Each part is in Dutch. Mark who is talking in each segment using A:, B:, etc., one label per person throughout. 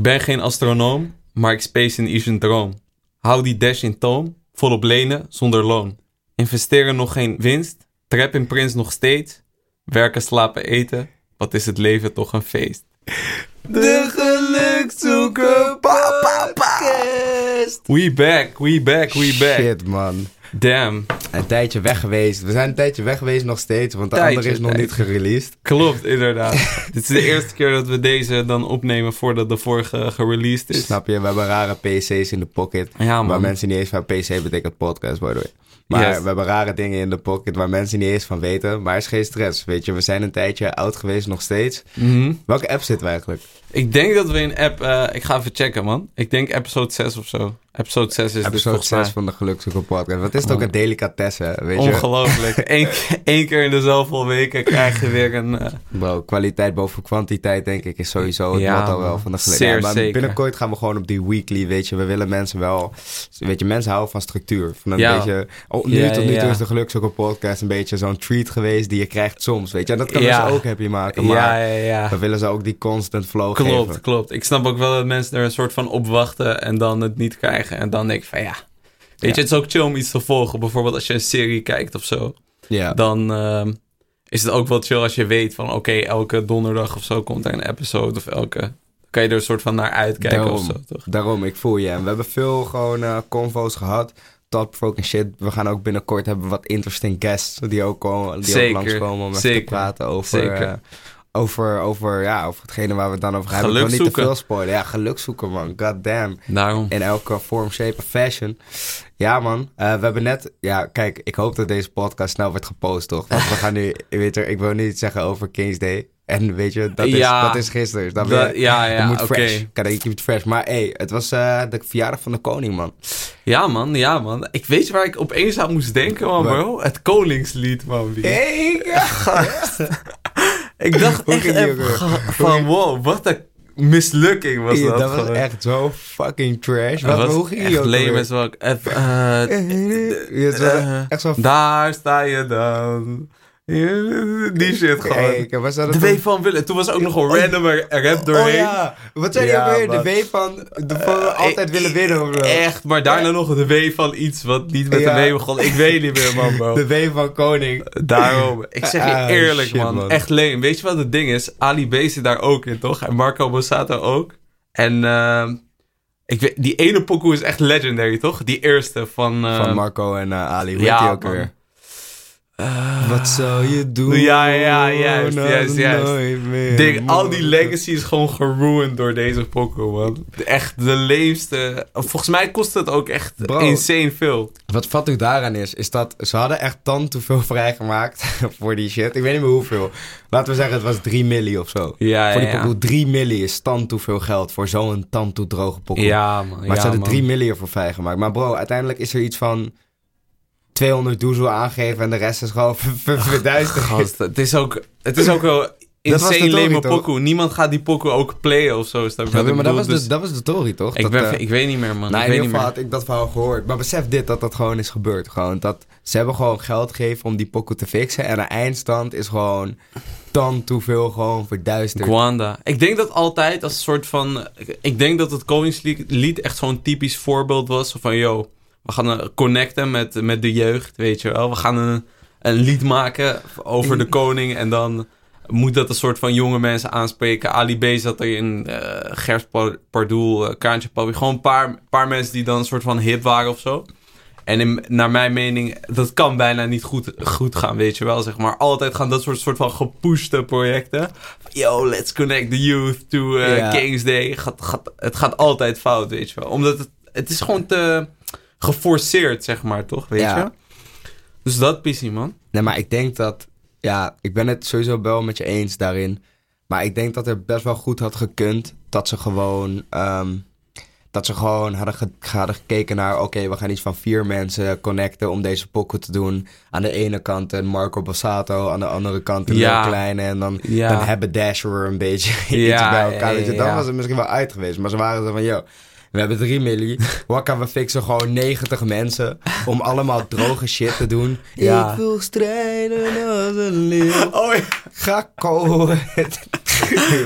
A: ben geen astronoom, maar ik space in is een droom. Hou die dash in toom, volop lenen zonder loon. Investeren nog geen winst, trap in prins nog steeds. Werken, slapen, eten, wat is het leven toch een feest.
B: De gelukzoeker pa, pa, pa.
A: We back, we back, we back.
B: Shit, man.
A: Damn.
B: Een tijdje weg geweest. We zijn een tijdje weg geweest nog steeds, want de
A: Tijdje,
B: andere is nog
A: tijdje.
B: niet gereleased.
A: Klopt, inderdaad. Dit is de eerste keer dat we deze dan opnemen voordat de vorige gereleased is.
B: Snap je? We hebben rare PC's in de pocket.
A: Ja, man.
B: Waar mensen niet eens van PC betekent podcast, by the way. Maar
A: Yes.
B: we hebben rare dingen in de pocket waar mensen niet eens van weten. Maar er is geen stress, weet je. We zijn een tijdje oud geweest nog steeds.
A: Mhm.
B: Welke app zitten we eigenlijk?
A: Ik denk dat we in app... eh, ik ga even checken, man. Ik denk episode 6 of zo. Episode 6 is dit
B: Episode
A: volgens
B: 6
A: mij. Oh.
B: van de Gelukzoeker podcast. Wat is het ook een delicatesse, weet je.
A: Ongelooflijk. Eén ke- één keer in de zoveel weken krijg je weer een... eh,
B: Bro, kwaliteit boven kwantiteit, denk ik, is sowieso het
A: Ja,
B: motto
A: man.
B: wel van de
A: Zeer
B: gelegenheid. Maar
A: zeker.
B: binnenkort gaan we gewoon op die weekly, weet je. We willen mensen wel... Weet je, mensen houden van structuur. Van een
A: Ja.
B: beetje... Oh, nu
A: Ja,
B: tot nu
A: ja.
B: toe is de Gelukzoeker podcast een beetje zo'n treat geweest die je krijgt soms, weet je. En dat kan
A: Ja.
B: mensen ook happy maken, maar...
A: ja, ja, ja.
B: We willen ze ook die constant flow
A: Klopt,
B: geven.
A: klopt. Ik snap ook wel dat mensen er een soort van op wachten en dan het niet krijgen. En dan denk ik van ja. Weet je, het is ook chill om iets te volgen. Bijvoorbeeld als je een serie kijkt of zo.
B: Ja.
A: Dan ehm, is het ook wel chill als je weet van oké, elke donderdag of zo komt er een episode. Of elke. Dan kan je er een soort van naar uitkijken of
B: Daarom.
A: zo, toch?
B: Daarom, ik voel je. En we hebben veel gewoon eh convo's gehad. Top fucking shit. We gaan ook binnenkort hebben wat interesting guests die ook, komen, die
A: Zeker,
B: ook langskomen om even
A: zeker,
B: te praten over...
A: zeker.
B: eh, over, over, ja, over hetgene waar we het dan over gaan hebben. Ik wil niet te
A: Gelukzoeken.
B: veel spoilen. Ja, geluk zoeken, man. God damn.
A: Daarom.
B: In elke vorm, shape en fashion. Ja, man. Eh, we hebben net... Ja, kijk, ik hoop dat deze podcast snel wordt gepost, toch? Want we gaan nu... Weet je, ik wil niet zeggen over Kings Day. En weet je, dat is,
A: Ja.
B: dat is gisteren. Dus dat
A: Dat-
B: weer-
A: ja, ja,
B: je moet
A: oké.
B: fresh. Kan ik keep it fresh. Maar hé, hey, het was eh, de verjaardag van de koning, man.
A: Ja, man, ja, man. Ik weet waar ik opeens aan moest denken, man,
B: Wat?
A: bro. Het Koningslied, man. wie.
B: Hey,
A: Ik dacht
B: Hoe
A: echt
B: ging die
A: even
B: ook weer? Hoe
A: van
B: ging-
A: wow, wat een mislukking was dat.
B: dat was
A: gewoon.
B: echt zo fucking trash.
A: Dat
B: Wat,
A: was
B: hoe ging
A: echt
B: die ook
A: lame
B: alweer?
A: as fuck. Even, eh,
B: Ja, het was
A: eh,
B: echt zo-
A: Daar sta je dan. Die shit gewoon.
B: Hey, was dat
A: de
B: het-
A: W van Willem. Toen was er ook nog een random rap doorheen.
B: Oh ja, wat zei je
A: Ja,
B: weer?
A: man.
B: De W van de van
A: Eh,
B: altijd
A: ik-
B: willen winnen, bro.
A: Echt, maar daarna nog de W van iets wat niet met
B: Ja.
A: de W begon. Ik weet niet meer, man, bro.
B: De W van koning.
A: Daarom. Ik zeg je
B: Ah,
A: eerlijk,
B: shit,
A: man.
B: man.
A: Echt leem. Weet je wat het ding is? Ali B zit daar ook in, toch? En Marco Borsato ook. En ehm, ik weet, die ene pokoe is echt legendary, toch? Die eerste van... eh,
B: Van Marco en eh, Ali, hoe
A: ja,
B: heet die ook
A: man.
B: weer?
A: eh,
B: Wat zou je doen?
A: Ja, ja, juist,
B: als
A: juist, juist.
B: nooit meer
A: Ding, al die
B: morgen?
A: legacy is gewoon geruined door deze pokoe, man. Echt de leemste. Volgens mij kost het ook echt
B: Bro.
A: insane veel.
B: Wat vat ik daaraan is, is dat ze hadden echt tant te veel vrijgemaakt voor die shit. Ik weet niet meer hoeveel. Laten we zeggen, het was 3 milli of zo.
A: Ja,
B: voor die
A: ja, ja.
B: pokoe, 3 milli is tant te veel geld voor zo'n tant toe droge pokoe.
A: man.
B: maar ze hadden 3 milli ervoor vrijgemaakt. Maar bro, uiteindelijk is er iets van 200 doezel aangegeven en de rest is gewoon ver- ver- verduisterd.
A: Gast, het is ook, het is ook wel
B: was de
A: insane
B: Tory,
A: lame
B: toch?
A: pokoe. Niemand gaat die pokoe ook playen of zo. Snap je
B: Ja,
A: wat ik
B: maar dat
A: bedoel?
B: was,
A: Dus
B: de, dat was de tory, toch?
A: ik,
B: Dat,
A: ben,
B: eh,
A: ik weet niet meer, man. ik
B: Nou, in
A: weet
B: ieder
A: niet
B: geval
A: meer.
B: had ik dat verhaal gehoord. Maar besef dit, dat dat gewoon is gebeurd. Gewoon dat ze hebben gewoon geld gegeven om die pokoe te fixen. En de eindstand is gewoon dan te veel gewoon verduisterd.
A: Gwanda. Ik denk dat altijd als een soort van... Ik denk dat het Koningslied echt zo'n typisch voorbeeld was. Van, yo, we gaan eh, connecten met, met de jeugd, weet je wel. We gaan een, een lied maken over de koning. En dan moet dat een soort van jonge mensen aanspreken. Ali B zat erin, eh Gert Pa- Pardoel, eh, Kraantje Papi. Gewoon een paar, paar mensen die dan een soort van hip waren of zo. En in- naar mijn mening, dat kan bijna niet goed, goed gaan, weet je wel. Zeg maar. Altijd gaan dat soort, soort van gepushte projecten. Yo, let's connect the youth to eh,
B: Ja.
A: Kings Day. Gaat, gaat, het gaat altijd fout, weet je wel. Omdat het, het is gewoon te geforceerd, zeg maar, toch? Weet
B: Ja.
A: je? Dus dat pissie, man.
B: Nee, maar ik denk dat... Ja, ik ben het sowieso wel met je eens daarin. Maar ik denk dat het best wel goed had gekund dat ze gewoon... ehm, dat ze gewoon hadden, ge- hadden gekeken naar... Oké, we gaan iets van vier mensen connecten om deze pokoe te doen. Aan de ene kant een Marco Bassato. Aan de andere kant een
A: Ja.
B: Lil Kleine. En dan
A: Ja.
B: dan hebben Dasher een beetje iets
A: Ja,
B: bij elkaar.
A: ja,
B: weet je.
A: ja,
B: Dan
A: ja.
B: was het misschien wel uit geweest. Maar ze waren zo van, yo, we hebben 3 milli. Wat kan we fixen? Gewoon 90 mensen om allemaal droge shit te doen.
A: Ja.
B: Ik wil strijden als een leeuw.
A: Oh,
B: Ga kolen.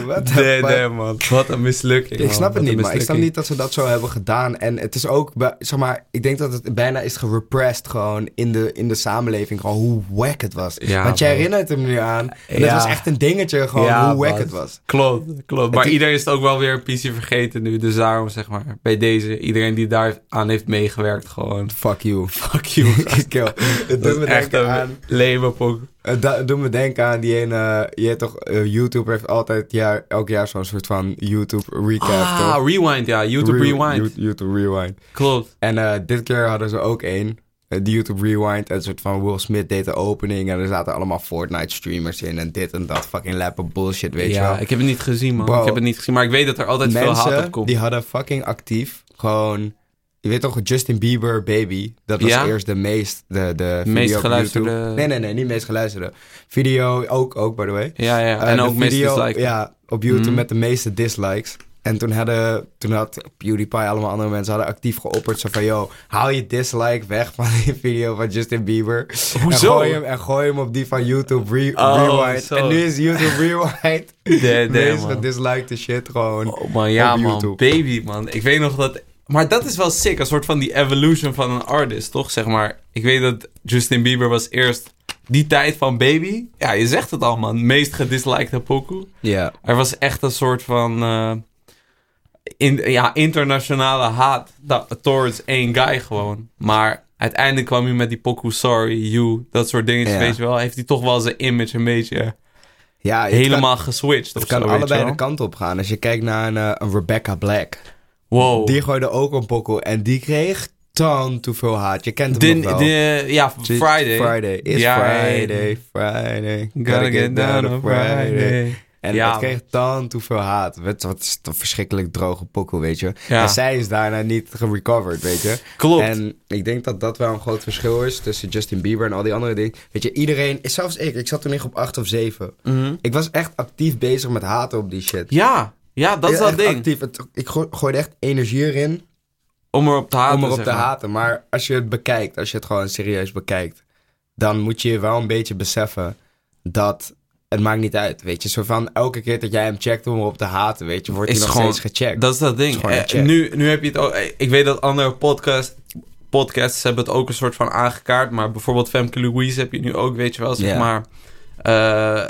B: What the
A: Nee,
B: fuck?
A: nee, man. Wat een mislukking.
B: Ik
A: man.
B: snap het
A: Wat een
B: niet, maar ik snap
A: mislukking.
B: niet dat ze dat zo hebben gedaan. En het is ook, bij- zeg maar, ik denk dat het bijna is gerepressed gewoon in de, in de samenleving. Gewoon hoe wack het was.
A: Ja,
B: Want jij
A: man.
B: herinnert hem nu aan.
A: Ja.
B: En dat was echt een dingetje gewoon
A: Ja,
B: hoe wack
A: man.
B: het was.
A: Klopt, klopt. Maar
B: Het-
A: iedereen is het ook wel weer een PC vergeten nu. Dus daarom zeg maar, bij deze, iedereen die daar aan heeft meegewerkt, gewoon
B: Fuck you.
A: fuck you.
B: Kill. Het
A: Dat
B: doet me
A: is echt
B: denken aan...
A: een lame pok.
B: Het da- doet me denken aan die ene, eh, je hebt toch, eh, YouTube heeft altijd jaar, elk jaar zo'n soort van YouTube recap, toch?
A: Ah, Rewind, ja. YouTube
B: Re-
A: Rewind.
B: You- YouTube Rewind.
A: Klopt.
B: En eh, dit keer hadden ze ook één, eh, die YouTube Rewind, en een soort van Will Smith deed de opening en er zaten allemaal Fortnite streamers in en dit en dat, fucking lappe bullshit, weet je
A: ja,
B: wel.
A: ik heb het niet gezien, man.
B: Bro.
A: Ik heb het niet gezien, maar ik weet dat er altijd veel haat op
B: Mensen
A: komt.
B: die hadden fucking actief gewoon, je weet toch, Justin Bieber, Baby, dat was
A: Ja?
B: eerst de meest, de, de video
A: Meest
B: op
A: geluisterde-
B: YouTube. Nee, nee, nee, niet meest geluisterde. Video ook, ook by the way.
A: Ja, ja.
B: Eh,
A: en
B: de
A: ook meest
B: video,
A: disliked.
B: Ja, op YouTube
A: Mhm.
B: met de meeste dislikes. En toen, hadden, toen had PewDiePie allemaal andere mensen hadden actief geopperd. Zo van, yo, haal je dislike weg van die video van Justin Bieber.
A: Hoezo?
B: En gooi hem, en gooi hem op die van YouTube Re-
A: Oh,
B: Rewind.
A: zo.
B: En nu is YouTube Rewind de
A: Damn,
B: meest
A: man.
B: gedislikte shit gewoon.
A: Oh man, ja
B: op
A: man,
B: YouTube.
A: baby man. Ik weet nog dat... Maar dat is wel sick, een soort van die evolution van een artist, toch? Zeg maar, ik weet dat Justin Bieber was eerst die tijd van baby. Ja, je zegt het al man, meest gedislikte pokoe.
B: Ja.
A: Er was echt een soort van eh, in, ja, internationale haat da- towards één guy gewoon. Maar uiteindelijk kwam hij met die pokoe Sorry, You, dat soort dingetjes,
B: Ja.
A: weet je wel. Heeft hij toch wel zijn image een beetje
B: ja het
A: helemaal geswitched
B: Kan,
A: of
B: het kan
A: zo, weet je
B: allebei
A: wel.
B: de kant op gaan. Als je kijkt naar een, eh, een Rebecca Black.
A: Wow.
B: Die gooide ook een pokkel. En die kreeg dan te veel haat. Je kent hem
A: De,
B: nog wel.
A: de, ja,
B: Shit,
A: Friday.
B: Friday. It's
A: Ja,
B: Friday, Friday.
A: Gotta get down on Friday.
B: En
A: Ja,
B: dat kreeg dan te veel haat. Wat, wat is het een verschrikkelijk droge pokkel, weet je.
A: Ja.
B: En zij is daarna niet gerecoverd, weet je.
A: Klopt.
B: En ik denk dat dat wel een groot verschil is tussen Justin Bieber en al die andere dingen. Weet je, iedereen, zelfs ik, ik zat toen echt op 8 of 7. Ik was echt actief bezig met haten op die shit.
A: Mhm. Ja, ja, dat is
B: Ja,
A: dat
B: echt
A: ding.
B: Actief. Het- ik gooi- gooide echt energie erin
A: Om erop te haten,
B: om erop
A: zeg
B: te
A: maar.
B: haten. Maar als je het bekijkt, als je het gewoon serieus bekijkt, dan moet je wel een beetje beseffen dat het maakt niet uit. Weet je, zo van elke keer dat jij hem checkt om erop te haten, weet je, wordt
A: Is
B: hij nog
A: gewoon-
B: steeds gecheckt.
A: Dat is dat ding.
B: Is gewoon een
A: Eh,
B: check.
A: nu, nu heb je het ook... eh, Ik weet dat andere podcast, podcasts hebben het ook een soort van aangekaart. Maar bijvoorbeeld Femke Louise heb je nu ook, weet je wel. Zeg
B: Ja.
A: maar... eh,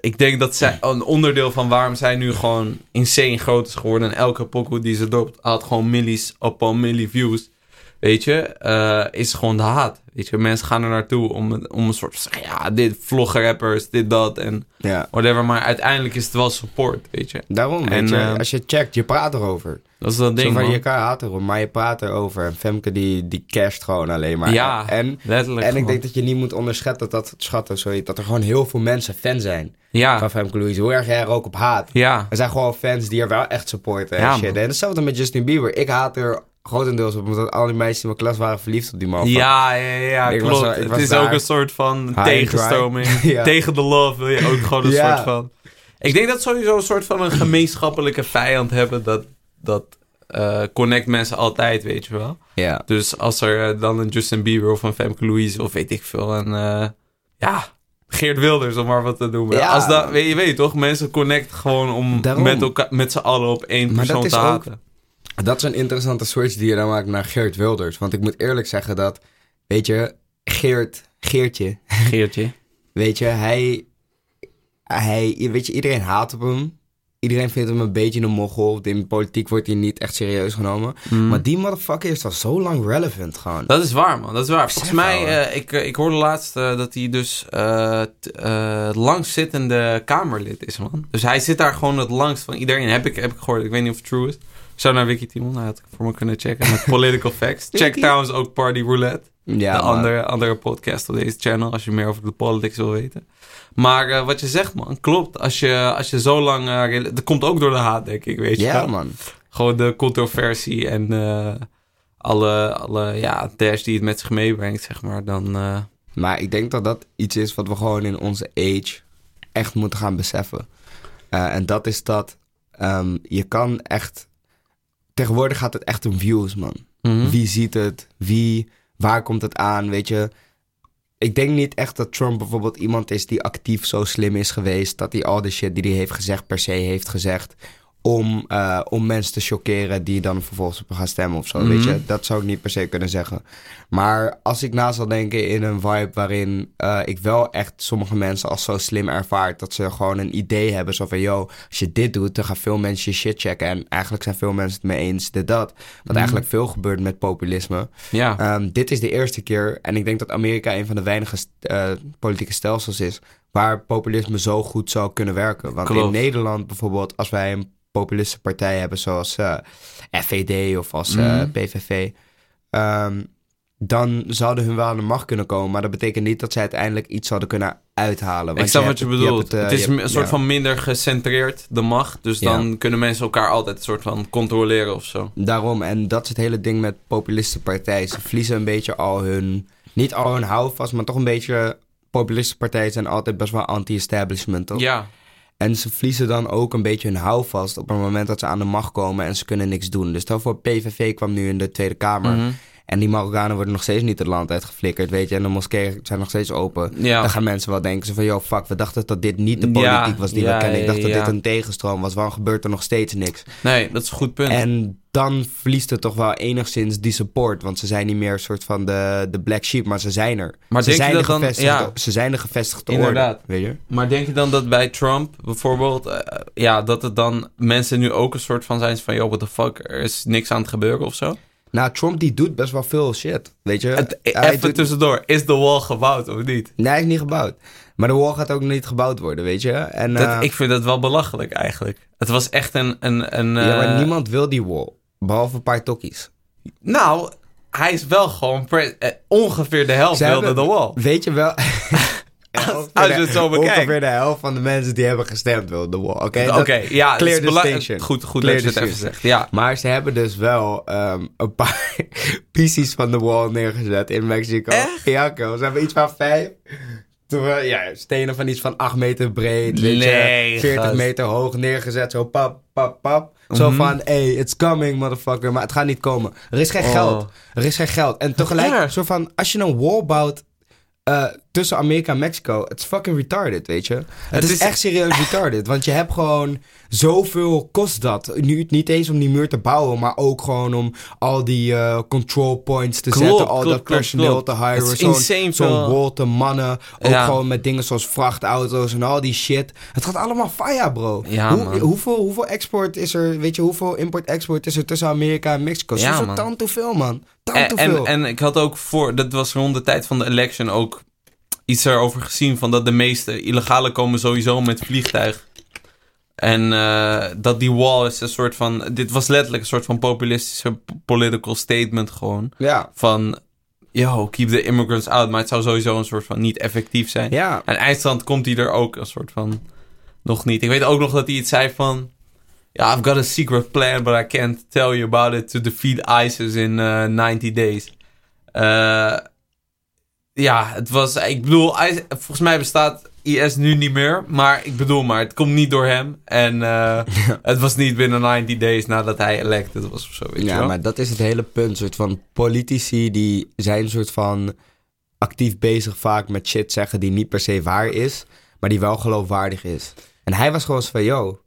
A: ik denk dat zij, een onderdeel van waarom zij nu gewoon insane groot is geworden. En elke pokoe die ze dropt had gewoon millies op al milli views. Weet je, eh, is gewoon de haat. Weet je, mensen gaan er naartoe om, een- om een soort van zeggen, ja, dit vloggerrappers, dit, dat en
B: Ja.
A: whatever. Maar uiteindelijk is het wel support, weet je.
B: Daarom, weet
A: En,
B: je,
A: eh,
B: als je checkt, je praat erover.
A: Dat is dat
B: Zo
A: ding,
B: van,
A: man.
B: je kan haten erom, maar je praat erover. En Femke die, die casht gewoon alleen maar.
A: Ja,
B: En,
A: letterlijk.
B: en ik
A: gewoon.
B: denk dat je niet moet onderschatten dat, schatten, sorry, dat er gewoon heel veel mensen fan zijn
A: Ja,
B: van Femke Louise. Hoe erg jij er ook op haat.
A: ja.
B: Er zijn gewoon fans die er wel echt supporten en
A: Ja,
B: shit.
A: man.
B: En hetzelfde met Justin Bieber. Ik haat er grotendeels op, omdat al die meisjes in mijn klas waren verliefd op die man.
A: Ja, ja, ja,
B: Ik was
A: klopt.
B: daar- ik
A: het
B: was
A: is
B: daar.
A: ook een soort van
B: and
A: tegenstroming.
B: dry. Ja.
A: Tegen de love wil je ook gewoon een
B: Ja.
A: soort van... Ik denk dat sowieso een soort van een gemeenschappelijke vijand hebben. Dat, dat eh, connect mensen altijd, weet je wel.
B: ja.
A: Dus als er eh, dan een Justin Bieber of een Femke Louise of weet ik veel. En eh, ja, Geert Wilders om maar wat te noemen.
B: Ja.
A: Als dat, weet, je weet toch, mensen connect gewoon om
B: Daarom.
A: met, elkaar, met z'n allen op één
B: Maar
A: persoon
B: dat is
A: te
B: ook-
A: haten.
B: Dat is een interessante switch die je dan maakt naar Geert Wilders. Want ik moet eerlijk zeggen dat, weet je, Geert, Geertje,
A: Geertje.
B: weet je, hij, hij, weet je, iedereen haat op hem. Iedereen vindt hem een beetje een mogel. In de politiek wordt hij niet echt serieus genomen.
A: Mm.
B: Maar die motherfucker is al zo lang relevant gewoon.
A: Dat is waar, man. Dat is waar. Volgens
B: Zeg, nou,
A: mij,
B: ouwe.
A: eh, ik, eh, ik hoorde laatst eh, dat hij dus eh, t- eh, langzittende Kamerlid is, man. Dus hij zit daar gewoon het langst van iedereen. Heb ik, heb ik gehoord. Ik weet niet of het true is. Zou naar Wikitimon, hij had ik voor me kunnen checken. Met Political Facts. Check trouwens ook Party Roulette.
B: Ja,
A: de
B: man.
A: andere, andere podcast op deze channel. Als je meer over de politics wil weten. Maar eh, wat je zegt, man, klopt. Als je, als je zo lang... eh, rela- dat komt ook door de haat, denk ik, weet je
B: Ja,
A: wel.
B: man.
A: Gewoon de controversie en eh, alle, alle ja, dash die het met zich meebrengt, zeg maar. Dan, eh,
B: Maar ik denk dat dat iets is wat we gewoon in onze age echt moeten gaan beseffen. Eh, en dat is dat ehm, je kan echt. Tegenwoordig gaat het Mhm.
A: Hm?
B: echt om views, man. Wie ziet het? Wie? Waar komt het aan? Weet je. Ik denk niet echt dat Trump bijvoorbeeld iemand is die actief zo slim is geweest. Dat hij al de shit die hij heeft gezegd per se heeft gezegd. Om, eh, om mensen te chockeren die dan vervolgens op hem gaan stemmen of zo. Weet
A: Mhm.
B: je, dat zou ik niet per se kunnen zeggen. Maar als ik na zal denken in een vibe waarin eh, ik wel echt sommige mensen als zo slim ervaart. Dat ze gewoon een idee hebben. Zo van, yo, als je dit doet, dan gaan veel mensen je shit checken. En eigenlijk zijn veel mensen het mee eens, dit, dat. Wat
A: Mhm.
B: eigenlijk veel gebeurt met populisme.
A: Ja.
B: Ehm, dit is de eerste keer. En ik denk dat Amerika een van de weinige st- eh, politieke stelsels is. waar populisme zo goed zou kunnen werken. Want in
A: Klopt.
B: Nederland bijvoorbeeld, als wij een populistische partij hebben. zoals eh, FVD of als eh,
A: Mhm.
B: PVV. ehm, dan zouden hun wel aan de macht kunnen komen. Maar dat betekent niet dat zij uiteindelijk iets zouden kunnen uithalen. Want
A: ik snap wat
B: hebt
A: je
B: het- hebt
A: bedoelt. Het,
B: eh,
A: is
B: je hebt-
A: een soort
B: ja.
A: van minder gecentreerd, de macht. Dus
B: Ja.
A: dan kunnen mensen elkaar altijd een soort van controleren of zo.
B: Daarom, en dat is het hele ding met populistische partijen. Ze verliezen een beetje al hun, niet al hun houvast, maar toch een beetje... Populistische partijen zijn altijd best wel anti-establishment, toch?
A: Ja,
B: En ze verliezen dan ook een beetje hun houvast op het moment dat ze aan de macht komen en ze kunnen niks doen. Dus stel voor, PVV kwam nu in de Tweede Kamer
A: Mhm.
B: en die Marokkanen worden nog steeds niet het land uitgeflikkerd, weet je. En de moskeeën zijn nog steeds open.
A: ja.
B: Dan gaan mensen wel denken, ze van, yo, fuck, we dachten dat dit niet de
A: Ja,
B: politiek was die
A: ja,
B: we kennen. Ik dacht dat
A: ja, ja.
B: dit een tegenstroom was. Waarom gebeurt er nog steeds niks?
A: Nee, dat is een goed punt.
B: En dan verliest het toch wel enigszins die support. Want ze zijn niet meer een soort van de, de black sheep, maar ze zijn er.
A: Maar
B: ze,
A: denk je
B: zijn
A: dat
B: de
A: dan-
B: gevestigde-
A: ja.
B: ze zijn de gevestigde
A: Inderdaad.
B: orde. Weet je?
A: Maar denk je dan dat bij Trump bijvoorbeeld, eh, ja, dat het dan mensen nu ook een soort van zijn van, yo, what the fuck, er is niks aan het gebeuren of zo?
B: Nou, Trump die doet best wel veel shit. Weet je?
A: Het,
B: Hij
A: even
B: doet-
A: tussendoor, is de wall gebouwd of niet?
B: Nee, hij is niet gebouwd. Maar de wall gaat ook niet gebouwd worden, weet je? En, eh,
A: Dat, ik vind dat wel belachelijk eigenlijk. Het was echt een... een, een
B: ja, maar
A: eh,
B: niemand wil die wall. Behalve een paar tokkies.
A: Nou, hij is wel gewoon pre- eh, ongeveer de helft
B: Ze
A: wilde
B: hebben-
A: de wall.
B: Weet je wel...
A: als je het zo bekijkt.
B: Ongeveer de helft van de mensen die hebben gestemd wil de wall. Oké,
A: Oké,
B: Dat-
A: ja, het
B: clear
A: is bela-
B: distinction.
A: Goed, goed dat
B: Clear
A: je het even
B: distinction.
A: zegt. Ja,
B: Maar ze hebben dus wel ehm, een paar pieces van de wall neergezet in Mexico.
A: Echt?
B: Ja, Ko, Ze hebben iets van vijf. Terwijl, ja, stenen van iets van 8 meter breed, weet je,
A: Nee,
B: 40
A: gast.
B: meter hoog neergezet. Zo pap, pap, pap. Zo
A: Mhm.
B: van, hey, it's coming, motherfucker. Maar het gaat niet komen. Er is geen
A: Oh.
B: geld. Er is geen geld. En tegelijk,
A: erg.
B: zo van, als je een wall bouwt eh, tussen Amerika en Mexico, it's fucking retarded, weet je. Het, is,
A: is-
B: echt serieus retarded. Want je hebt gewoon zoveel kost dat. Nu, niet eens om die muur te bouwen, maar ook gewoon om al die eh, control points te
A: Klopt,
B: zetten. Al
A: klopt,
B: dat
A: klopt,
B: personeel
A: klopt.
B: te
A: Het
B: hiren.
A: is
B: Zo'n
A: insane
B: zo'n
A: veel-
B: wall te mannen. Ook
A: Ja.
B: gewoon met dingen zoals vrachtauto's en al die shit. Het gaat allemaal fire, bro.
A: Ja,
B: Hoe-
A: man.
B: hoeveel, hoeveel export is er, weet je, hoeveel import-export is er tussen Amerika en Mexico?
A: Ja,
B: Zo'n
A: man.
B: tant te veel, man. Tant
A: En,
B: te veel.
A: en, en ik had ook voor, dat was rond de tijd van de election ook iets erover gezien. Van dat de meeste illegale komen sowieso met vliegtuig. En eh, dat die wall is een soort van. Dit was letterlijk een soort van populistische p- political statement gewoon.
B: ja.
A: Van. Yo, keep the immigrants out. Maar het zou sowieso een soort van niet effectief zijn.
B: Ja.
A: En eindstand komt hij er ook een soort van. Nog niet. Ik weet ook nog dat hij iets zei van. Ja, I've got a secret plan, but I can't tell you about it to defeat ISIS in eh, 90 days. Eh, ja, het was. Ik bedoel, IS volgens mij bestaat IS nu niet meer. Maar ik bedoel, maar het komt niet door hem. En eh, het was niet binnen 90 days nadat hij elected was of zo. Weet je
B: Ja,
A: wel?
B: maar dat is het hele punt. soort van politici die zijn soort van actief bezig vaak met shit zeggen die niet per se waar is, maar die wel geloofwaardig is. En hij was gewoon zo van, yo,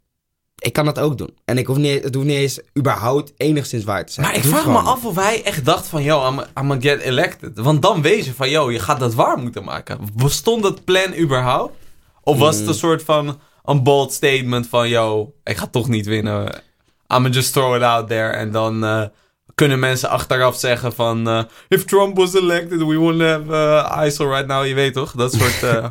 B: ik kan dat ook doen. En ik hoef niet, het hoeft niet eens überhaupt enigszins waar te zijn.
A: Maar ik
B: Het hoeft
A: vraag me
B: gewoon
A: af of hij echt dacht van, yo, I'm, I'm get elected. Want dan weet je van, yo, je gaat dat waar moeten maken. Bestond dat plan überhaupt? Of was
B: Mhm.
A: het een soort van een bold statement van, yo, ik ga toch niet winnen. I'm just throw it out there. En dan eh, kunnen mensen achteraf zeggen van, eh, if Trump was elected, we wouldn't have eh, ISIL right now. Je weet toch? Dat soort, eh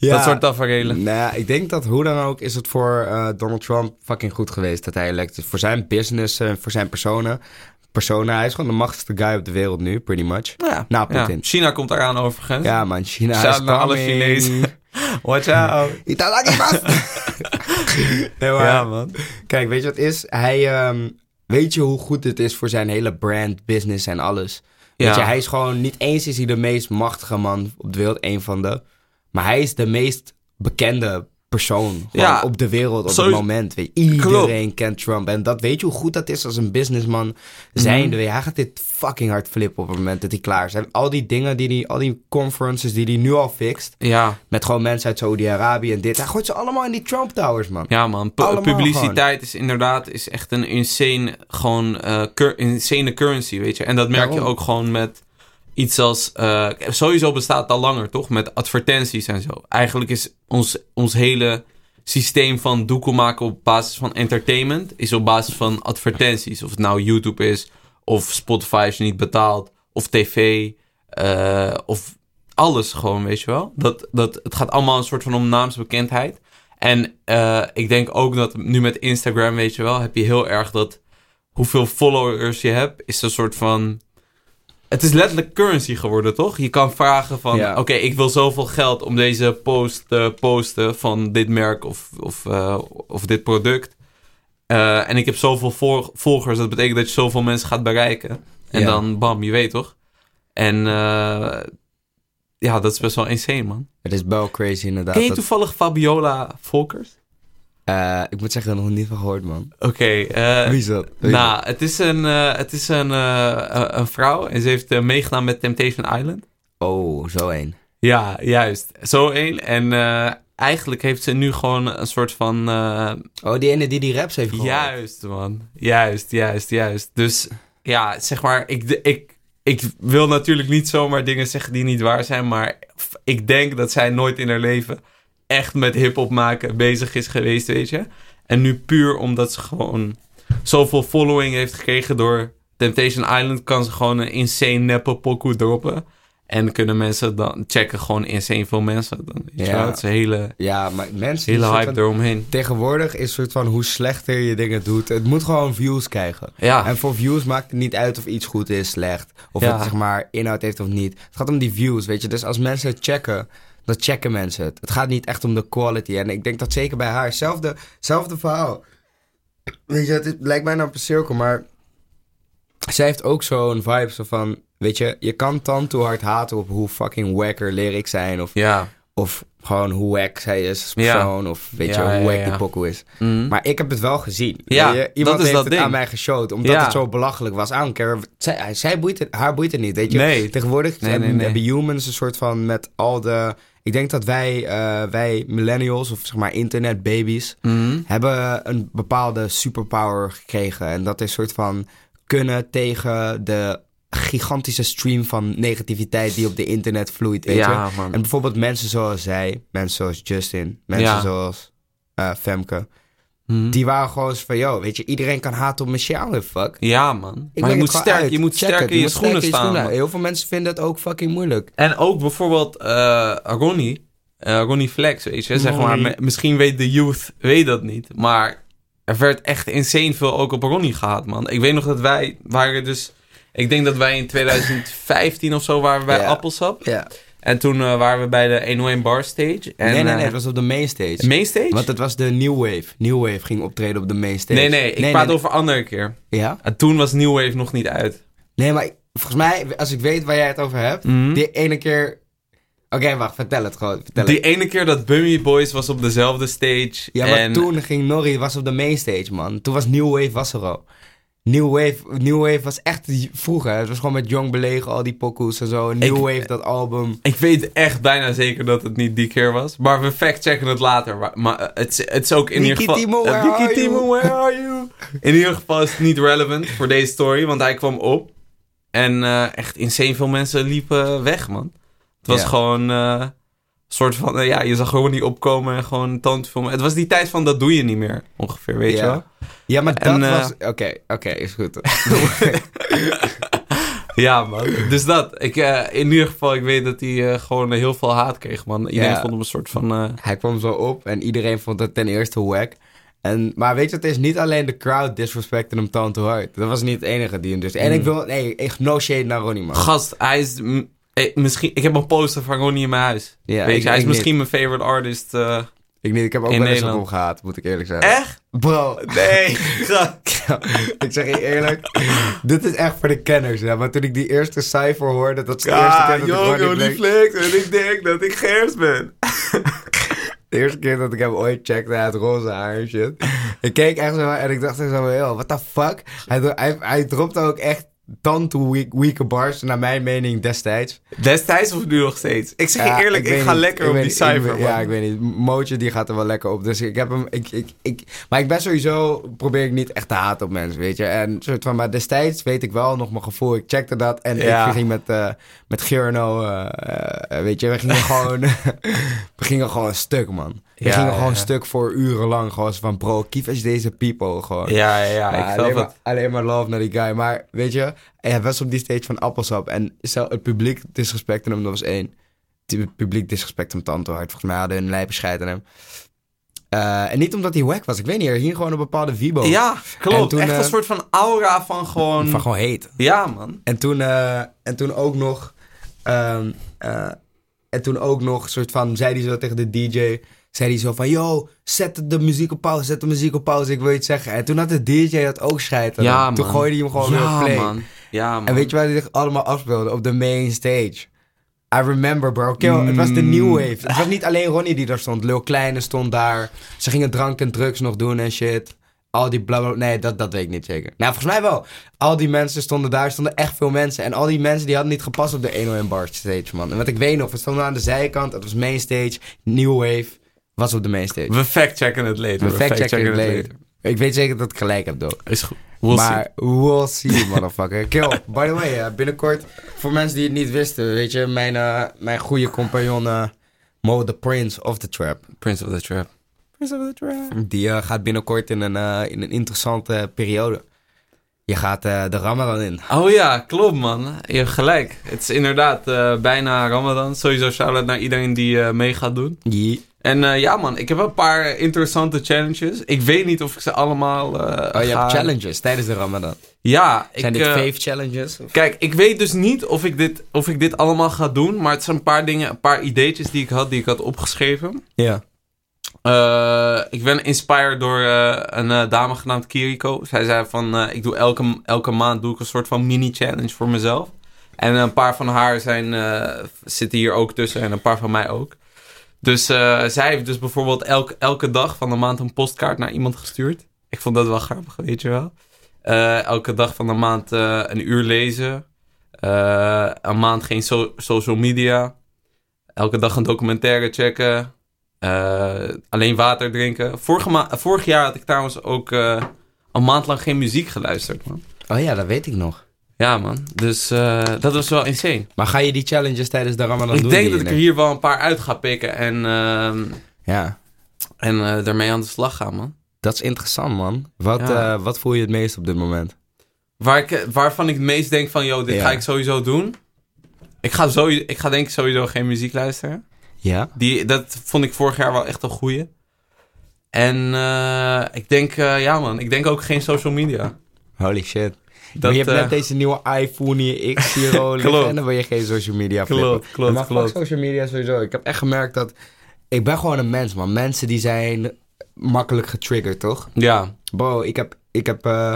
B: niet.
A: dat soort tafereelen.
B: Nou ja, ik denk dat hoe dan ook is het voor eh, Donald Trump fucking goed geweest dat hij elect is. Voor zijn business, en voor zijn personen. Persona, hij is gewoon de machtigste guy op de wereld nu, pretty
A: Nou
B: much.
A: Ja,
B: Na
A: ja.
B: Nou, Poetin.
A: China komt eraan overigens.
B: Ja man, China
A: Shout
B: is
A: naar alle
B: coming.
A: Chinezen. Watch out.
B: Itadakimasu! nee, maar,
A: Ja, man.
B: Kijk, weet je wat het is? Hij, ehm, weet je hoe goed het is voor zijn hele brand, business en alles? Weet
A: Ja.
B: je, hij is gewoon, niet eens is hij de meest machtige man op de wereld, één van de. Maar hij is de meest bekende persoon. Gewoon
A: Ja.
B: op de wereld, op
A: Sowieso-
B: het moment. Weet je. Iedereen kent Trump. En dat weet je hoe goed dat is als een businessman zijnde.
A: Mhm.
B: Weet je, Hij gaat dit fucking hard flippen op het moment dat hij klaar is. En al die dingen, die die, al die conferences die hij nu al fixt.
A: Ja,
B: Met gewoon mensen uit Saudi-Arabië en dit. Hij gooit ze allemaal in die Trump Towers, man.
A: ja man. Pu-
B: Allemaal
A: publiciteit is inderdaad is echt een insane, gewoon, eh, cur- insane currency, weet je. En dat merk je
B: Daarom.
A: ook gewoon met iets als... eh, sowieso bestaat het al langer, toch? Met advertenties en zo. Eigenlijk is ons, ons hele systeem van doekoe maken op basis van entertainment... is op basis van advertenties. Of het nou YouTube is, of Spotify als je niet betaalt, of tv, eh, of alles gewoon, weet je wel. Dat, dat, het gaat allemaal een soort van om naamsbekendheid. En eh, ik denk ook dat nu met Instagram, weet je wel, heb je heel erg dat hoeveel followers je hebt, is een soort van. Het is letterlijk currency geworden, toch? Je kan vragen van,
B: Ja.
A: oké, ik wil zoveel geld om deze post te posten van dit merk of, of, eh, of dit product. Eh, en ik heb zoveel vol- volgers, dat betekent dat je zoveel mensen gaat bereiken. En
B: Ja.
A: dan bam, je weet toch? En eh, ja, dat is best wel insane, man.
B: Het is wel crazy inderdaad.
A: Ken je
B: dat-
A: toevallig Fabiola Volkers?
B: eh, ik moet zeggen, nog niet van gehoord, man.
A: Oké, eh,
B: Wie is dat? Wie is
A: nou, het is, een, eh, het is een, eh, eh, een vrouw en ze heeft eh, meegedaan met Temptation Island.
B: dat? Oh, zo één.
A: Ja, juist. Zo één. En eh, eigenlijk heeft ze nu gewoon een soort van... eh,
B: Oh, die ene die die raps heeft gehoord.
A: Juist, man. Juist, juist, juist. Dus ja, zeg maar, ik, ik, ik wil natuurlijk niet zomaar dingen zeggen die niet waar zijn, maar f- ik denk dat zij nooit in haar leven echt met hip-hop maken bezig is geweest, weet je. En nu puur omdat ze gewoon zoveel following heeft gekregen door Temptation Island, kan ze gewoon een insane neppe pokoe droppen. En kunnen mensen dan checken gewoon insane veel mensen. Dan, weet je
B: Ja.
A: wel. Het is een hele,
B: Ja, maar mensen... die
A: hele
B: soort
A: hype
B: van-
A: eromheen.
B: Tegenwoordig is het soort van hoe slechter je dingen doet. Het moet gewoon views krijgen.
A: Ja.
B: En voor views maakt het niet uit of iets goed is, slecht. Of
A: Ja.
B: het zeg maar inhoud heeft of niet. Het gaat om die views, weet je. Dus als mensen het checken, dan checken mensen het. Het gaat niet echt om de quality. En ik denk dat zeker bij haar. Zelfde, zelfde verhaal. Weet je, het is- lijkt bijna op een cirkel, maar... Zij heeft ook zo'n vibe zo van... Weet je, je kan Tanto hard haten op hoe fucking wacker lyrics zijn. Of,
A: Ja.
B: of gewoon hoe wack zij is als
A: Ja.
B: persoon. Of weet je,
A: Ja, ja,
B: hoe wack
A: ja.
B: die pokoe is.
A: Mhm.
B: Maar ik heb het wel gezien.
A: Ja,
B: Weet je, Iemand
A: dat is
B: heeft
A: dat
B: het
A: ding.
B: aan mij geshowd, omdat
A: Ja.
B: het zo belachelijk was. I don't care. Zij, zij boeit het, haar boeit het niet, weet je.
A: Nee.
B: Tegenwoordig
A: Nee,
B: hebben,
A: nee, nee.
B: hebben humans een soort van met al de... Ik denk dat wij, eh, wij millennials, of zeg maar internetbabies...
A: Mhm.
B: hebben een bepaalde superpower gekregen. En dat is een soort van kunnen tegen de gigantische stream van negativiteit... die op de internet vloeit, weet je.
A: ja, man.
B: En bijvoorbeeld mensen zoals zij, mensen zoals Justin, mensen
A: Ja.
B: zoals eh, Femke...
A: Mhm.
B: Die waren gewoon zo van, yo, weet je, iedereen kan haten op Michelle, the fuck.
A: Ja, man. Maar je
B: leg
A: moet,
B: het gewoon
A: sterk,
B: uit.
A: je moet
B: Check
A: sterk
B: het.
A: in je,
B: moet sterk
A: schoenen staan. man.
B: Heel veel mensen vinden het ook fucking moeilijk.
A: En ook bijvoorbeeld eh, Ronnie. eh, Ronnie Flex, weet je. Zeg maar,
B: Ronnie.
A: me- misschien weet de youth weet dat niet. Maar er werd echt insane veel ook op Ronnie gehaald, man. Ik weet nog dat wij waren dus... Ik denk dat wij in 2015 of zo waren bij
B: Ja.
A: Appelsap.
B: Ja.
A: En toen eh, waren we bij de 101 Bar Stage. En,
B: nee, nee, nee,
A: eh,
B: het was op de mainstage.
A: Main Stage?
B: Want het was de New Wave. New Wave ging optreden op de mainstage.
A: nee, nee, ik praat over andere keer.
B: nee. Ja?
A: En toen was New Wave nog niet uit.
B: Nee, maar ik- volgens mij, als ik weet waar jij het over hebt,
A: Mhm.
B: die ene keer... Oké, wacht, vertel het gewoon. Vertel
A: Die
B: het.
A: ene keer dat Bummy Boys was op dezelfde stage.
B: Ja, maar
A: en...
B: toen ging Norrie, was op de mainstage, man. Toen was New Wave, was er al. New Wave, New Wave was echt j- vroeger. Het was gewoon met Young Belegen, al die pokoes en zo. New
A: Ik-
B: Wave, dat album.
A: Ik weet echt bijna zeker dat het niet die keer was. Maar we factchecken het later. Maar, maar, eh, het, is- het is ook in ieder
B: Nicky
A: geval...
B: Timo,
A: Eh,
B: where
A: Nicky
B: are you?
A: Timo, where are you? In ieder geval is het niet relevant voor deze story. Want hij kwam op. En eh, echt insane veel mensen liepen weg, man. Het was
B: Ja.
A: gewoon... eh, soort van... eh, ja, je zag gewoon niet opkomen en gewoon tand filmen. Het was die tijd van dat doe je niet meer. Ongeveer, weet
B: Ja.
A: je wel?
B: Ja, maar
A: En,
B: dat
A: eh,
B: was... Oké, oké, is goed.
A: Ja, man. Dus dat. Ik, eh, in ieder geval, ik weet dat hij eh, gewoon heel veel haat kreeg, man. Iedereen
B: Ja.
A: vond hem een soort van... eh,
B: Hij kwam zo op en iedereen vond het ten eerste wack. En, maar weet je, het is niet alleen de crowd disrespected hem tand te hard. Dat was niet het enige die hem dus...
A: Mm.
B: En ik wil... Nee, echt no shade naar Ronnie, man.
A: Gast, hij is. m- eh, misschien, ik heb een poster van Ronnie in mijn huis.
B: Ja,
A: Weet
B: ik-
A: je, hij is
B: ik niet.
A: misschien mijn favorite artist. eh.
B: Ik, niet, ik heb ook
A: In
B: wel eens op
A: Nederland. Eh?
B: hem gehad, moet ik eerlijk zeggen.
A: Echt?
B: Bro,
A: Nee. gast.
B: ik zeg je eerlijk, dit is echt voor de kenners. Ja. Maar toen ik die eerste cijfer hoorde, dat is de eerste
A: Ja,
B: keer dat ik
A: joh,
B: Ronnie
A: joh, die
B: bleek.
A: flex. En ik denk dat ik Gers ben.
B: De eerste keer dat ik hem ooit checkte, hij had roze haar en shit. Ik keek echt zo en ik dacht echt zo van, yo, what the fuck? Hij, dro- hij, hij dropte ook echt tanto weak- weeke bars, naar mijn mening destijds.
A: Destijds of nu nog steeds? Ik zeg
B: Ja,
A: je eerlijk, ik,
B: weet
A: ga
B: niet.
A: lekker
B: Ik
A: op
B: weet
A: die
B: niet. Ik
A: cijfer.
B: weet-
A: man.
B: ja, ik weet niet. Mootje die gaat er wel lekker op. Dus ik heb hem. Ik, ik, ik, maar ik ben sowieso. Probeer ik niet echt te haten op mensen, weet je. En soort van. Maar destijds weet ik wel nog mijn gevoel. Ik checkte dat. En
A: Ja.
B: ik ging met, eh met Geurno. eh, eh, weet je, we gingen gewoon. we gingen gewoon een stuk, man. We
A: Ja,
B: gingen gewoon
A: ja.
B: een stuk voor urenlang. Gewoon zo van. Bro, kief is deze people. Gewoon.
A: Ja, ja, ja,
B: Maar
A: ik
B: Ah, alleen,
A: snap
B: maar,
A: het.
B: alleen maar love naar die guy. Maar weet je, hij was op die stage van appelsap. En zelf het publiek disrespecte hem, dat was één. Het publiek disrespecte hem tante hard. Volgens mij hadden hun lijpen scheid aan hem. Eh, en niet omdat hij wack was. Ik weet niet, er hing gewoon een bepaalde vibo.
A: Ja, mm.
B: En
A: klopt.
B: toen,
A: Echt
B: eh,
A: een soort van aura van gewoon...
B: Van gewoon heet.
A: Ja, man.
B: En toen, eh, en toen ook nog... ehm, eh, en toen ook nog, een soort van, zei hij zo tegen de DJ... Zei hij zo van, yo, zet de muziek op pauze, zet de muziek op pauze, ik wil iets zeggen. En toen had de DJ dat ook scheid aan hem. Toen gooide hij hem gewoon weer op play.
A: Man. Ja, man.
B: En weet je waar die zich allemaal afspeelde? Op de main stage. I remember, bro. Kill, het was de new wave. Het was niet alleen Ronnie die daar stond. Lil Kleine stond daar. Ze gingen drank en drugs nog doen en shit. Al die blablabla. Nee, dat, dat weet ik niet zeker. Nou, volgens mij wel. Al die mensen stonden daar. stonden echt veel mensen. En al die mensen die hadden niet gepast op de 101 bar stage, man. En wat ik weet nog, we stonden aan de zijkant. Het was main stage. New wave. Was op de main stage.
A: We factchecken het later.
B: We fact-checken het later. Ik weet zeker dat ik gelijk heb, though
A: Is goed. We'll
B: maar
A: see.
B: we'll see, motherfucker. Kill, by the way, eh, binnenkort, voor mensen die het niet wisten, weet je, mijn, eh, mijn goede compagnon eh, Mo the Prince of the Trap.
A: Prince of the Trap. Prince of the Trap.
B: Die eh, gaat binnenkort in een, eh, in een interessante periode. Je gaat eh, de Ramadan in.
A: Oh ja, klopt man. Je hebt gelijk. Het is inderdaad eh, bijna Ramadan. Sowieso shout-out naar iedereen die eh, mee gaat doen.
B: Jee.
A: En eh, ja man, ik heb wel een paar interessante challenges. Ik weet niet of ik ze allemaal eh
B: Oh, je
A: ga-
B: hebt challenges tijdens de Ramadan.
A: Ja.
B: Zijn
A: ik,
B: dit
A: eh,
B: vijf challenges? Of-
A: Kijk, ik weet dus niet of ik, dit, of ik dit allemaal ga doen. Maar het zijn een paar dingen, een paar ideetjes die ik had, die ik had opgeschreven.
B: Ja.
A: Eh, ik ben inspired door eh, een eh, dame genaamd Kiriko. Zij zei van, eh, ik doe elke, elke maand doe ik een soort van mini-challenge voor mezelf. En een paar van haar zijn, eh, zitten hier ook tussen en een paar van mij ook. Dus eh, zij heeft dus bijvoorbeeld elk, elke dag van de maand een postkaart naar iemand gestuurd. Ik vond dat wel grappig, weet je wel. Eh, elke dag van de maand eh, een uur lezen. Eh, een maand geen so- social media. Elke dag een documentaire checken. Eh, alleen water drinken. Vorige ma- vorig jaar had ik trouwens ook eh, een maand lang geen muziek geluisterd, man.
B: Oh ja, dat weet ik nog.
A: Ja, man. Dus eh, dat was wel insane.
B: Maar ga je die challenges tijdens de Ramadan
A: ik
B: doen?
A: denk
B: die
A: dat
B: je
A: ik er
B: neemt?
A: hier wel een paar uit ga pikken en, ehm,
B: Ja,
A: en eh, daarmee aan de slag gaan, man.
B: dat is interessant, man. Wat,
A: Ja.
B: eh, wat voel je het meest op dit moment?
A: Waar ik, waarvan ik het meest denk van, yo, dit
B: Ja.
A: ga ik sowieso doen. Ik ga, sowieso, ik ga denk ik sowieso geen muziek luisteren.
B: Ja?
A: Die, dat vond ik vorig jaar wel echt een goeie. En eh, ik denk, eh, ja man, ik denk ook geen social media.
B: Holy shit.
A: Dat,
B: maar je hebt
A: eh,
B: net deze nieuwe iPhone hier, X hier al liggen,
A: Klopt.
B: en dan wil je geen social media
A: Klopt,
B: flippen.
A: klopt,
B: maar fuck
A: klopt.
B: social media sowieso. Ik heb echt gemerkt dat... Ik ben gewoon een mens, man. Mensen die zijn makkelijk getriggerd, toch?
A: Ja,
B: Bro, ik heb, ik heb, eh,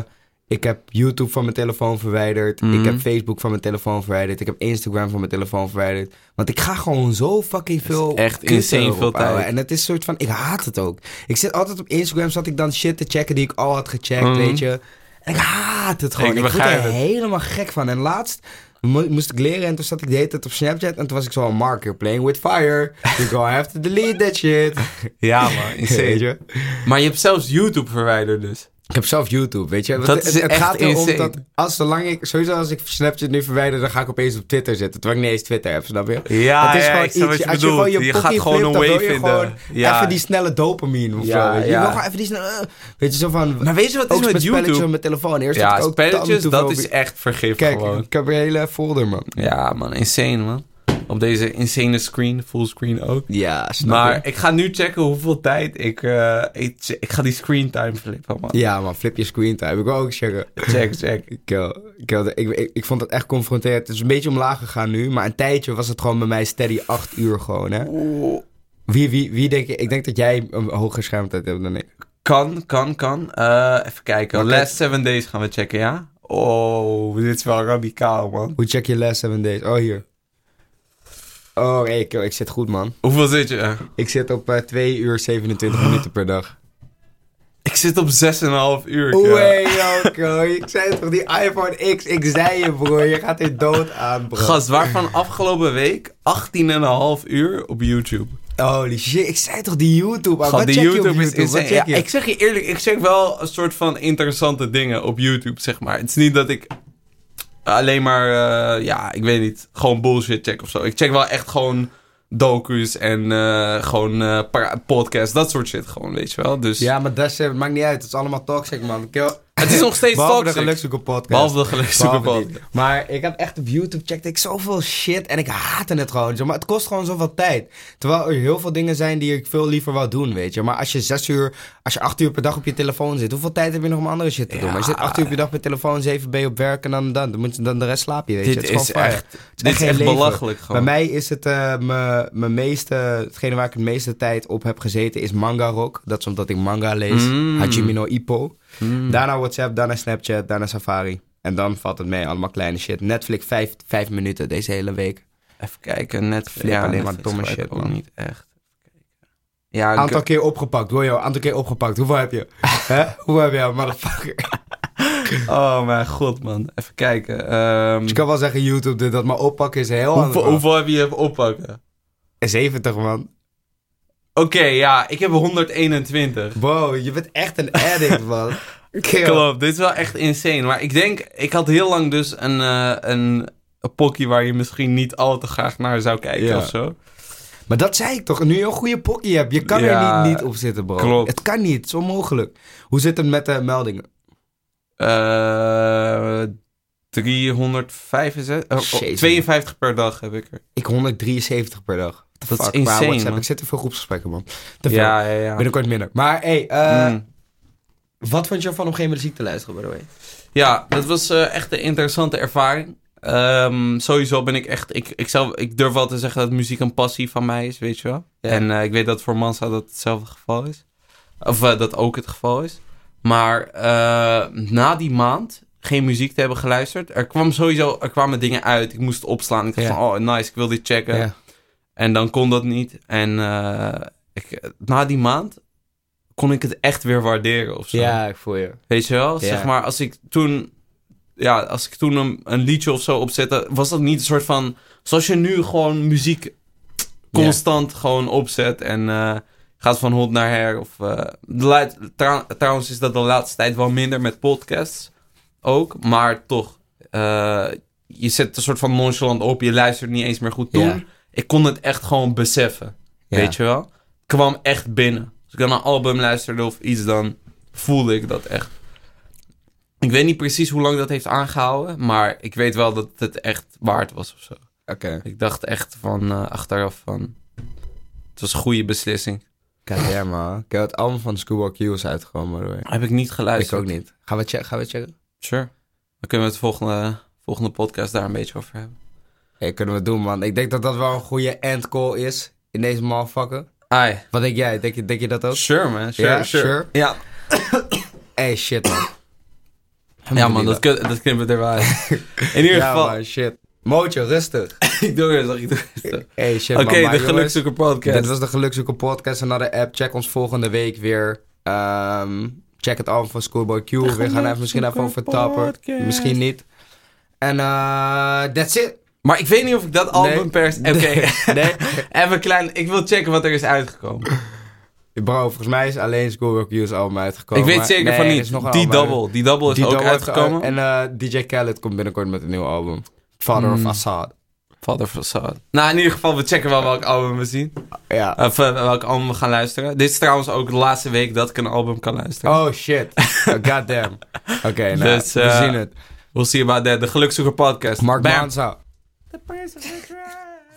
B: ik heb YouTube van mijn telefoon verwijderd.
A: Mhm.
B: Ik heb Facebook van mijn telefoon verwijderd. Ik heb Instagram van mijn telefoon verwijderd. Want ik ga gewoon zo fucking veel...
A: echt
B: kutten
A: insane
B: erop,
A: veel
B: ouwe.
A: tijd.
B: En het is soort van... Ik haat het ook. Ik zit altijd op Instagram, zat ik dan shit te checken die ik al had gecheckt,
A: Mhm.
B: weet je. En ik haat het gewoon.
A: Ik
B: Ik, word er
A: begrijp het.
B: helemaal gek van. En laatst mo- moest ik leren en toen zat ik de hele tijd op Snapchat. En toen was ik zo, Mark, you're playing with fire. You're gonna have to delete that shit.
A: ja man,
B: Weet
A: insane.
B: je?
A: maar je hebt zelfs YouTube verwijderd dus.
B: Ik heb zelf YouTube, weet je. Want
A: Dat
B: het,
A: is
B: het
A: echt
B: gaat erom
A: insane.
B: dat als zolang ik, sowieso als ik Snapchat nu verwijder, dan ga ik opeens op Twitter zitten. Terwijl ik niet eens Twitter heb, snap je?
A: Ja,
B: het is
A: ja,
B: gewoon
A: ik snap wat
B: ietsje-
A: je
B: als je
A: bedoelt.
B: gewoon je,
A: Je
B: poppy
A: gaat gewoon
B: flipt,
A: een
B: dan wil
A: wave
B: je
A: in de-
B: gewoon
A: ja.
B: Even die snelle dopamine of
A: Ja,
B: zo, weet je. Je
A: ja.
B: wil gewoon even die snelle... eh, Weet je, zo van...
A: Maar weet je wat
B: ook
A: is met
B: spelletjes
A: YouTube?
B: op mijn telefoon. Eerst had
A: Ja,
B: ik ook
A: spelletjes,
B: tanden
A: dat
B: toe-
A: is echt vergif
B: Kijk,
A: gewoon.
B: ik heb een hele folder, man.
A: Ja man, insane man. Op deze insane screen, fullscreen ook.
B: Ja, snap
A: Maar ik ga nu checken hoeveel tijd ik... eh, ik, ik ga die screen time flippen man.
B: Ja, man, flip je screen time. Ik wil ook checken.
A: Check, check.
B: Kill, kill. Ik, ik, ik vond dat echt confronterend. Het is een beetje omlaag gegaan nu, maar een tijdje was het gewoon bij mij steady 8 uur gewoon, hè?
A: Oeh.
B: Wie, wie, wie denk je? Ik denk dat jij een hogere schermtijd hebt dan ik.
A: Kan, kan, kan. Eh, even kijken.
B: Maar
A: Last 7 days gaan we checken, ja? Oh, dit is wel radicaal, man.
B: Hoe check je last seven days? Oh, hier. Oh, nee, ik, ik zit goed, man.
A: Hoeveel zit je? eh?
B: Ik zit op eh 2 uur 27 minuten per dag.
A: Ik zit op 6,5 uur. kerel.
B: Oei, joh, Ik zei toch, die iPhone X, ik zei je, broer. Je gaat er dood aan, bro.
A: Gast, waarvan afgelopen week 18,5 uur op YouTube.
B: Holy shit, ik zei toch, die YouTube.
A: Gast,
B: Oh, Wat
A: die
B: check je op
A: YouTube is
B: YouTube? Wat
A: insane.
B: check
A: Ja,
B: je?
A: ik zeg je eerlijk, ik zeg wel een soort van interessante dingen op YouTube, zeg maar. Het is niet dat ik alleen maar, eh, ja, ik weet niet, gewoon bullshit check of zo. Ik check wel echt gewoon docus en eh, gewoon eh, para- podcasts, dat soort shit gewoon, weet je wel. Dus
B: Ja, maar dat shit, maakt niet uit. Het is allemaal toxic, man. Kill.
A: het is nog steeds
B: Behalve de
A: toxic.
B: Gelukszoeker podcast.
A: Behalve de gelukszoeker
B: Behalve die.
A: podcast.
B: Maar ik had echt op YouTube checkte ik zoveel shit en ik haatte het gewoon. zo. Maar het kost gewoon zoveel tijd. Terwijl er heel veel dingen zijn die ik veel liever wou doen, weet je. Maar als je zes uur, als je acht uur per dag op je telefoon zit, hoeveel tijd heb je nog om andere shit te doen? Maar je zit acht uur per dag op je telefoon, zeven ben je op werk en dan, dan, dan, moet je, dan de rest slaap je, weet je.
A: Dit
B: Het gewoon
A: is
B: fire.
A: echt, dit is
B: geen
A: echt
B: leven.
A: belachelijk gewoon.
B: Bij mij is het eh, me- mijn meeste, hetgene waar ik het meeste tijd op heb gezeten is manga rock. Dat is omdat ik manga lees.
A: Mm.
B: Hajime no Ippo.
A: Mm.
B: Daarna WhatsApp, daarna Snapchat, daarna Safari. En dan valt het mee, allemaal kleine shit. Netflix vijf, vijf minuten deze hele week.
A: Even kijken, Netflix.
B: Ja, alleen maar
A: Netflix
B: domme
A: gebruik ik
B: shit,
A: ook
B: man.
A: niet echt. Ja, ik-
B: Aantal keer opgepakt, hoor joh, aantal keer opgepakt. Hoeveel heb je? Hè? Hoeveel heb je, motherfucker?
A: Oh mijn god, man. Even kijken. ehm,
B: Dus je kan wel zeggen YouTube dit, dat, maar oppakken is heel
A: hoeveel,
B: anders. man.
A: hoeveel heb je even oppakken?
B: 70 man.
A: Oké, ja, ik heb 121.
B: Wow, je bent echt een addict man. Kill.
A: Klopt, dit is wel echt insane. Maar ik denk, ik had heel lang dus een, eh, een, een pokkie waar je misschien niet al te graag naar zou kijken
B: Ja.
A: of zo.
B: Maar dat zei ik toch, nu je een goede pokkie hebt, je kan
A: Ja,
B: er niet, niet op zitten bro.
A: klopt.
B: Het kan niet, het is onmogelijk. Hoe zit het met de meldingen?
A: Eh 365, oh,
B: Jezus.
A: 52 per dag heb ik er.
B: Ik 173 per dag. What the
A: Dat is
B: fuck, qua
A: insane,
B: WhatsApp.
A: man.
B: Ik zit te veel groepsgesprekken man. Te veel.
A: Ja, ja, ja.
B: Binnenkort minder. Maar hey, eh,
A: Mm.
B: wat vond je van om geen muziek te luisteren, by the way?
A: Ja, dat was eh, echt een interessante ervaring. Ehm, sowieso ben ik echt. Ik, ik, zelf, ik durf wel te zeggen dat muziek een passie van mij is, weet je wel.
B: Ja.
A: En eh, ik weet dat voor Mansa dat hetzelfde geval is. Of eh, dat ook het geval is. Maar eh, na die maand geen muziek te hebben geluisterd. Er, kwam sowieso, er kwamen dingen uit. Ik moest het opslaan. Ik dacht
B: Ja.
A: van, oh nice, ik wil dit checken. En dan kon dat niet. En eh, ik, na die maand kon ik het echt weer waarderen of zo.
B: ja ik voel je.
A: Weet je wel?
B: Ja.
A: Zeg maar, als ik toen... Ja, als ik toen een, een liedje of zo opzette... was dat niet een soort van... Zoals je nu gewoon muziek constant gewoon opzet... en eh, gaat van hond naar her. Of, eh, de laat- trou- trouwens is dat de laatste tijd wel minder met podcasts ook. Maar toch, eh, je zet een soort van nonchalant op. Je luistert niet eens meer goed. Toen,
B: Ja.
A: ik kon het echt gewoon beseffen. Weet je wel? Het kwam echt binnen. Als ik dan een album luisterde of iets, dan voelde ik dat echt. Ik weet niet precies hoe lang dat heeft aangehouden, maar ik weet wel dat het echt waard was of zo.
B: Oké.
A: Ik dacht echt van eh, achteraf van, het was een goede beslissing.
B: Kijk, ja man. Ik heb het album van Scuba Q is uitgekomen, by the way.
A: Heb ik niet
B: Ik
A: geluisterd.
B: ook niet. Gaan we, check, gaan we checken?
A: Sure. Dan kunnen we het volgende, volgende podcast daar een beetje over hebben.
B: hey, kunnen we het doen, man. Ik denk dat dat wel een goede end call is in deze motherfucker.
A: Ai,
B: Wat denk jij? Denk je, denk je dat ook?
A: sure man, sure,
B: Ja,
A: sure.
B: sure.
A: Ja,
B: Hey, shit man.
A: ja man, dat, kun- dat knippen we er wel uit. In ieder
B: Ja
A: geval,
B: man, shit. Mootje, rustig.
A: ik doe het, ik doe het.
B: Hey, shit
A: Oké,
B: man. Maar
A: de
B: jongens,
A: Gelukzoeker podcast.
B: Dit was de Gelukzoeker podcast en naar de app. Check ons volgende week weer. Ehm, check het album van Schoolboy Q. We gaan even, misschien even over tappen.
A: Podcast.
B: Misschien niet. En eh that's it.
A: Maar ik weet niet of ik dat album
B: Nee.
A: pers... Oké,
B: Nee.
A: even klein... Ik wil checken wat er is uitgekomen.
B: Bro, volgens mij is alleen Schoolboy Q's album uitgekomen.
A: ik weet zeker
B: Nee,
A: van
B: er
A: niet.
B: is nog een
A: Die
B: album.
A: double. Die double is
B: Die
A: ook
B: double heeft ge-
A: uitgekomen.
B: En eh, DJ Khaled komt binnenkort met een nieuw album. Father
A: Hmm.
B: of Assad.
A: Father Facade. Nou, in ieder geval, we checken wel welk album we zien.
B: Ja.
A: Of eh, welk album we gaan luisteren. Dit is trouwens ook de laatste week dat ik een album kan luisteren.
B: Oh shit. Oh, Goddamn. Oké, nou,
A: Dus,
B: we
A: eh,
B: zien het.
A: We'll see about that. De Gelukzoeker podcast.
B: Mark
A: Bam.
B: Mansa.
A: The price of the drug.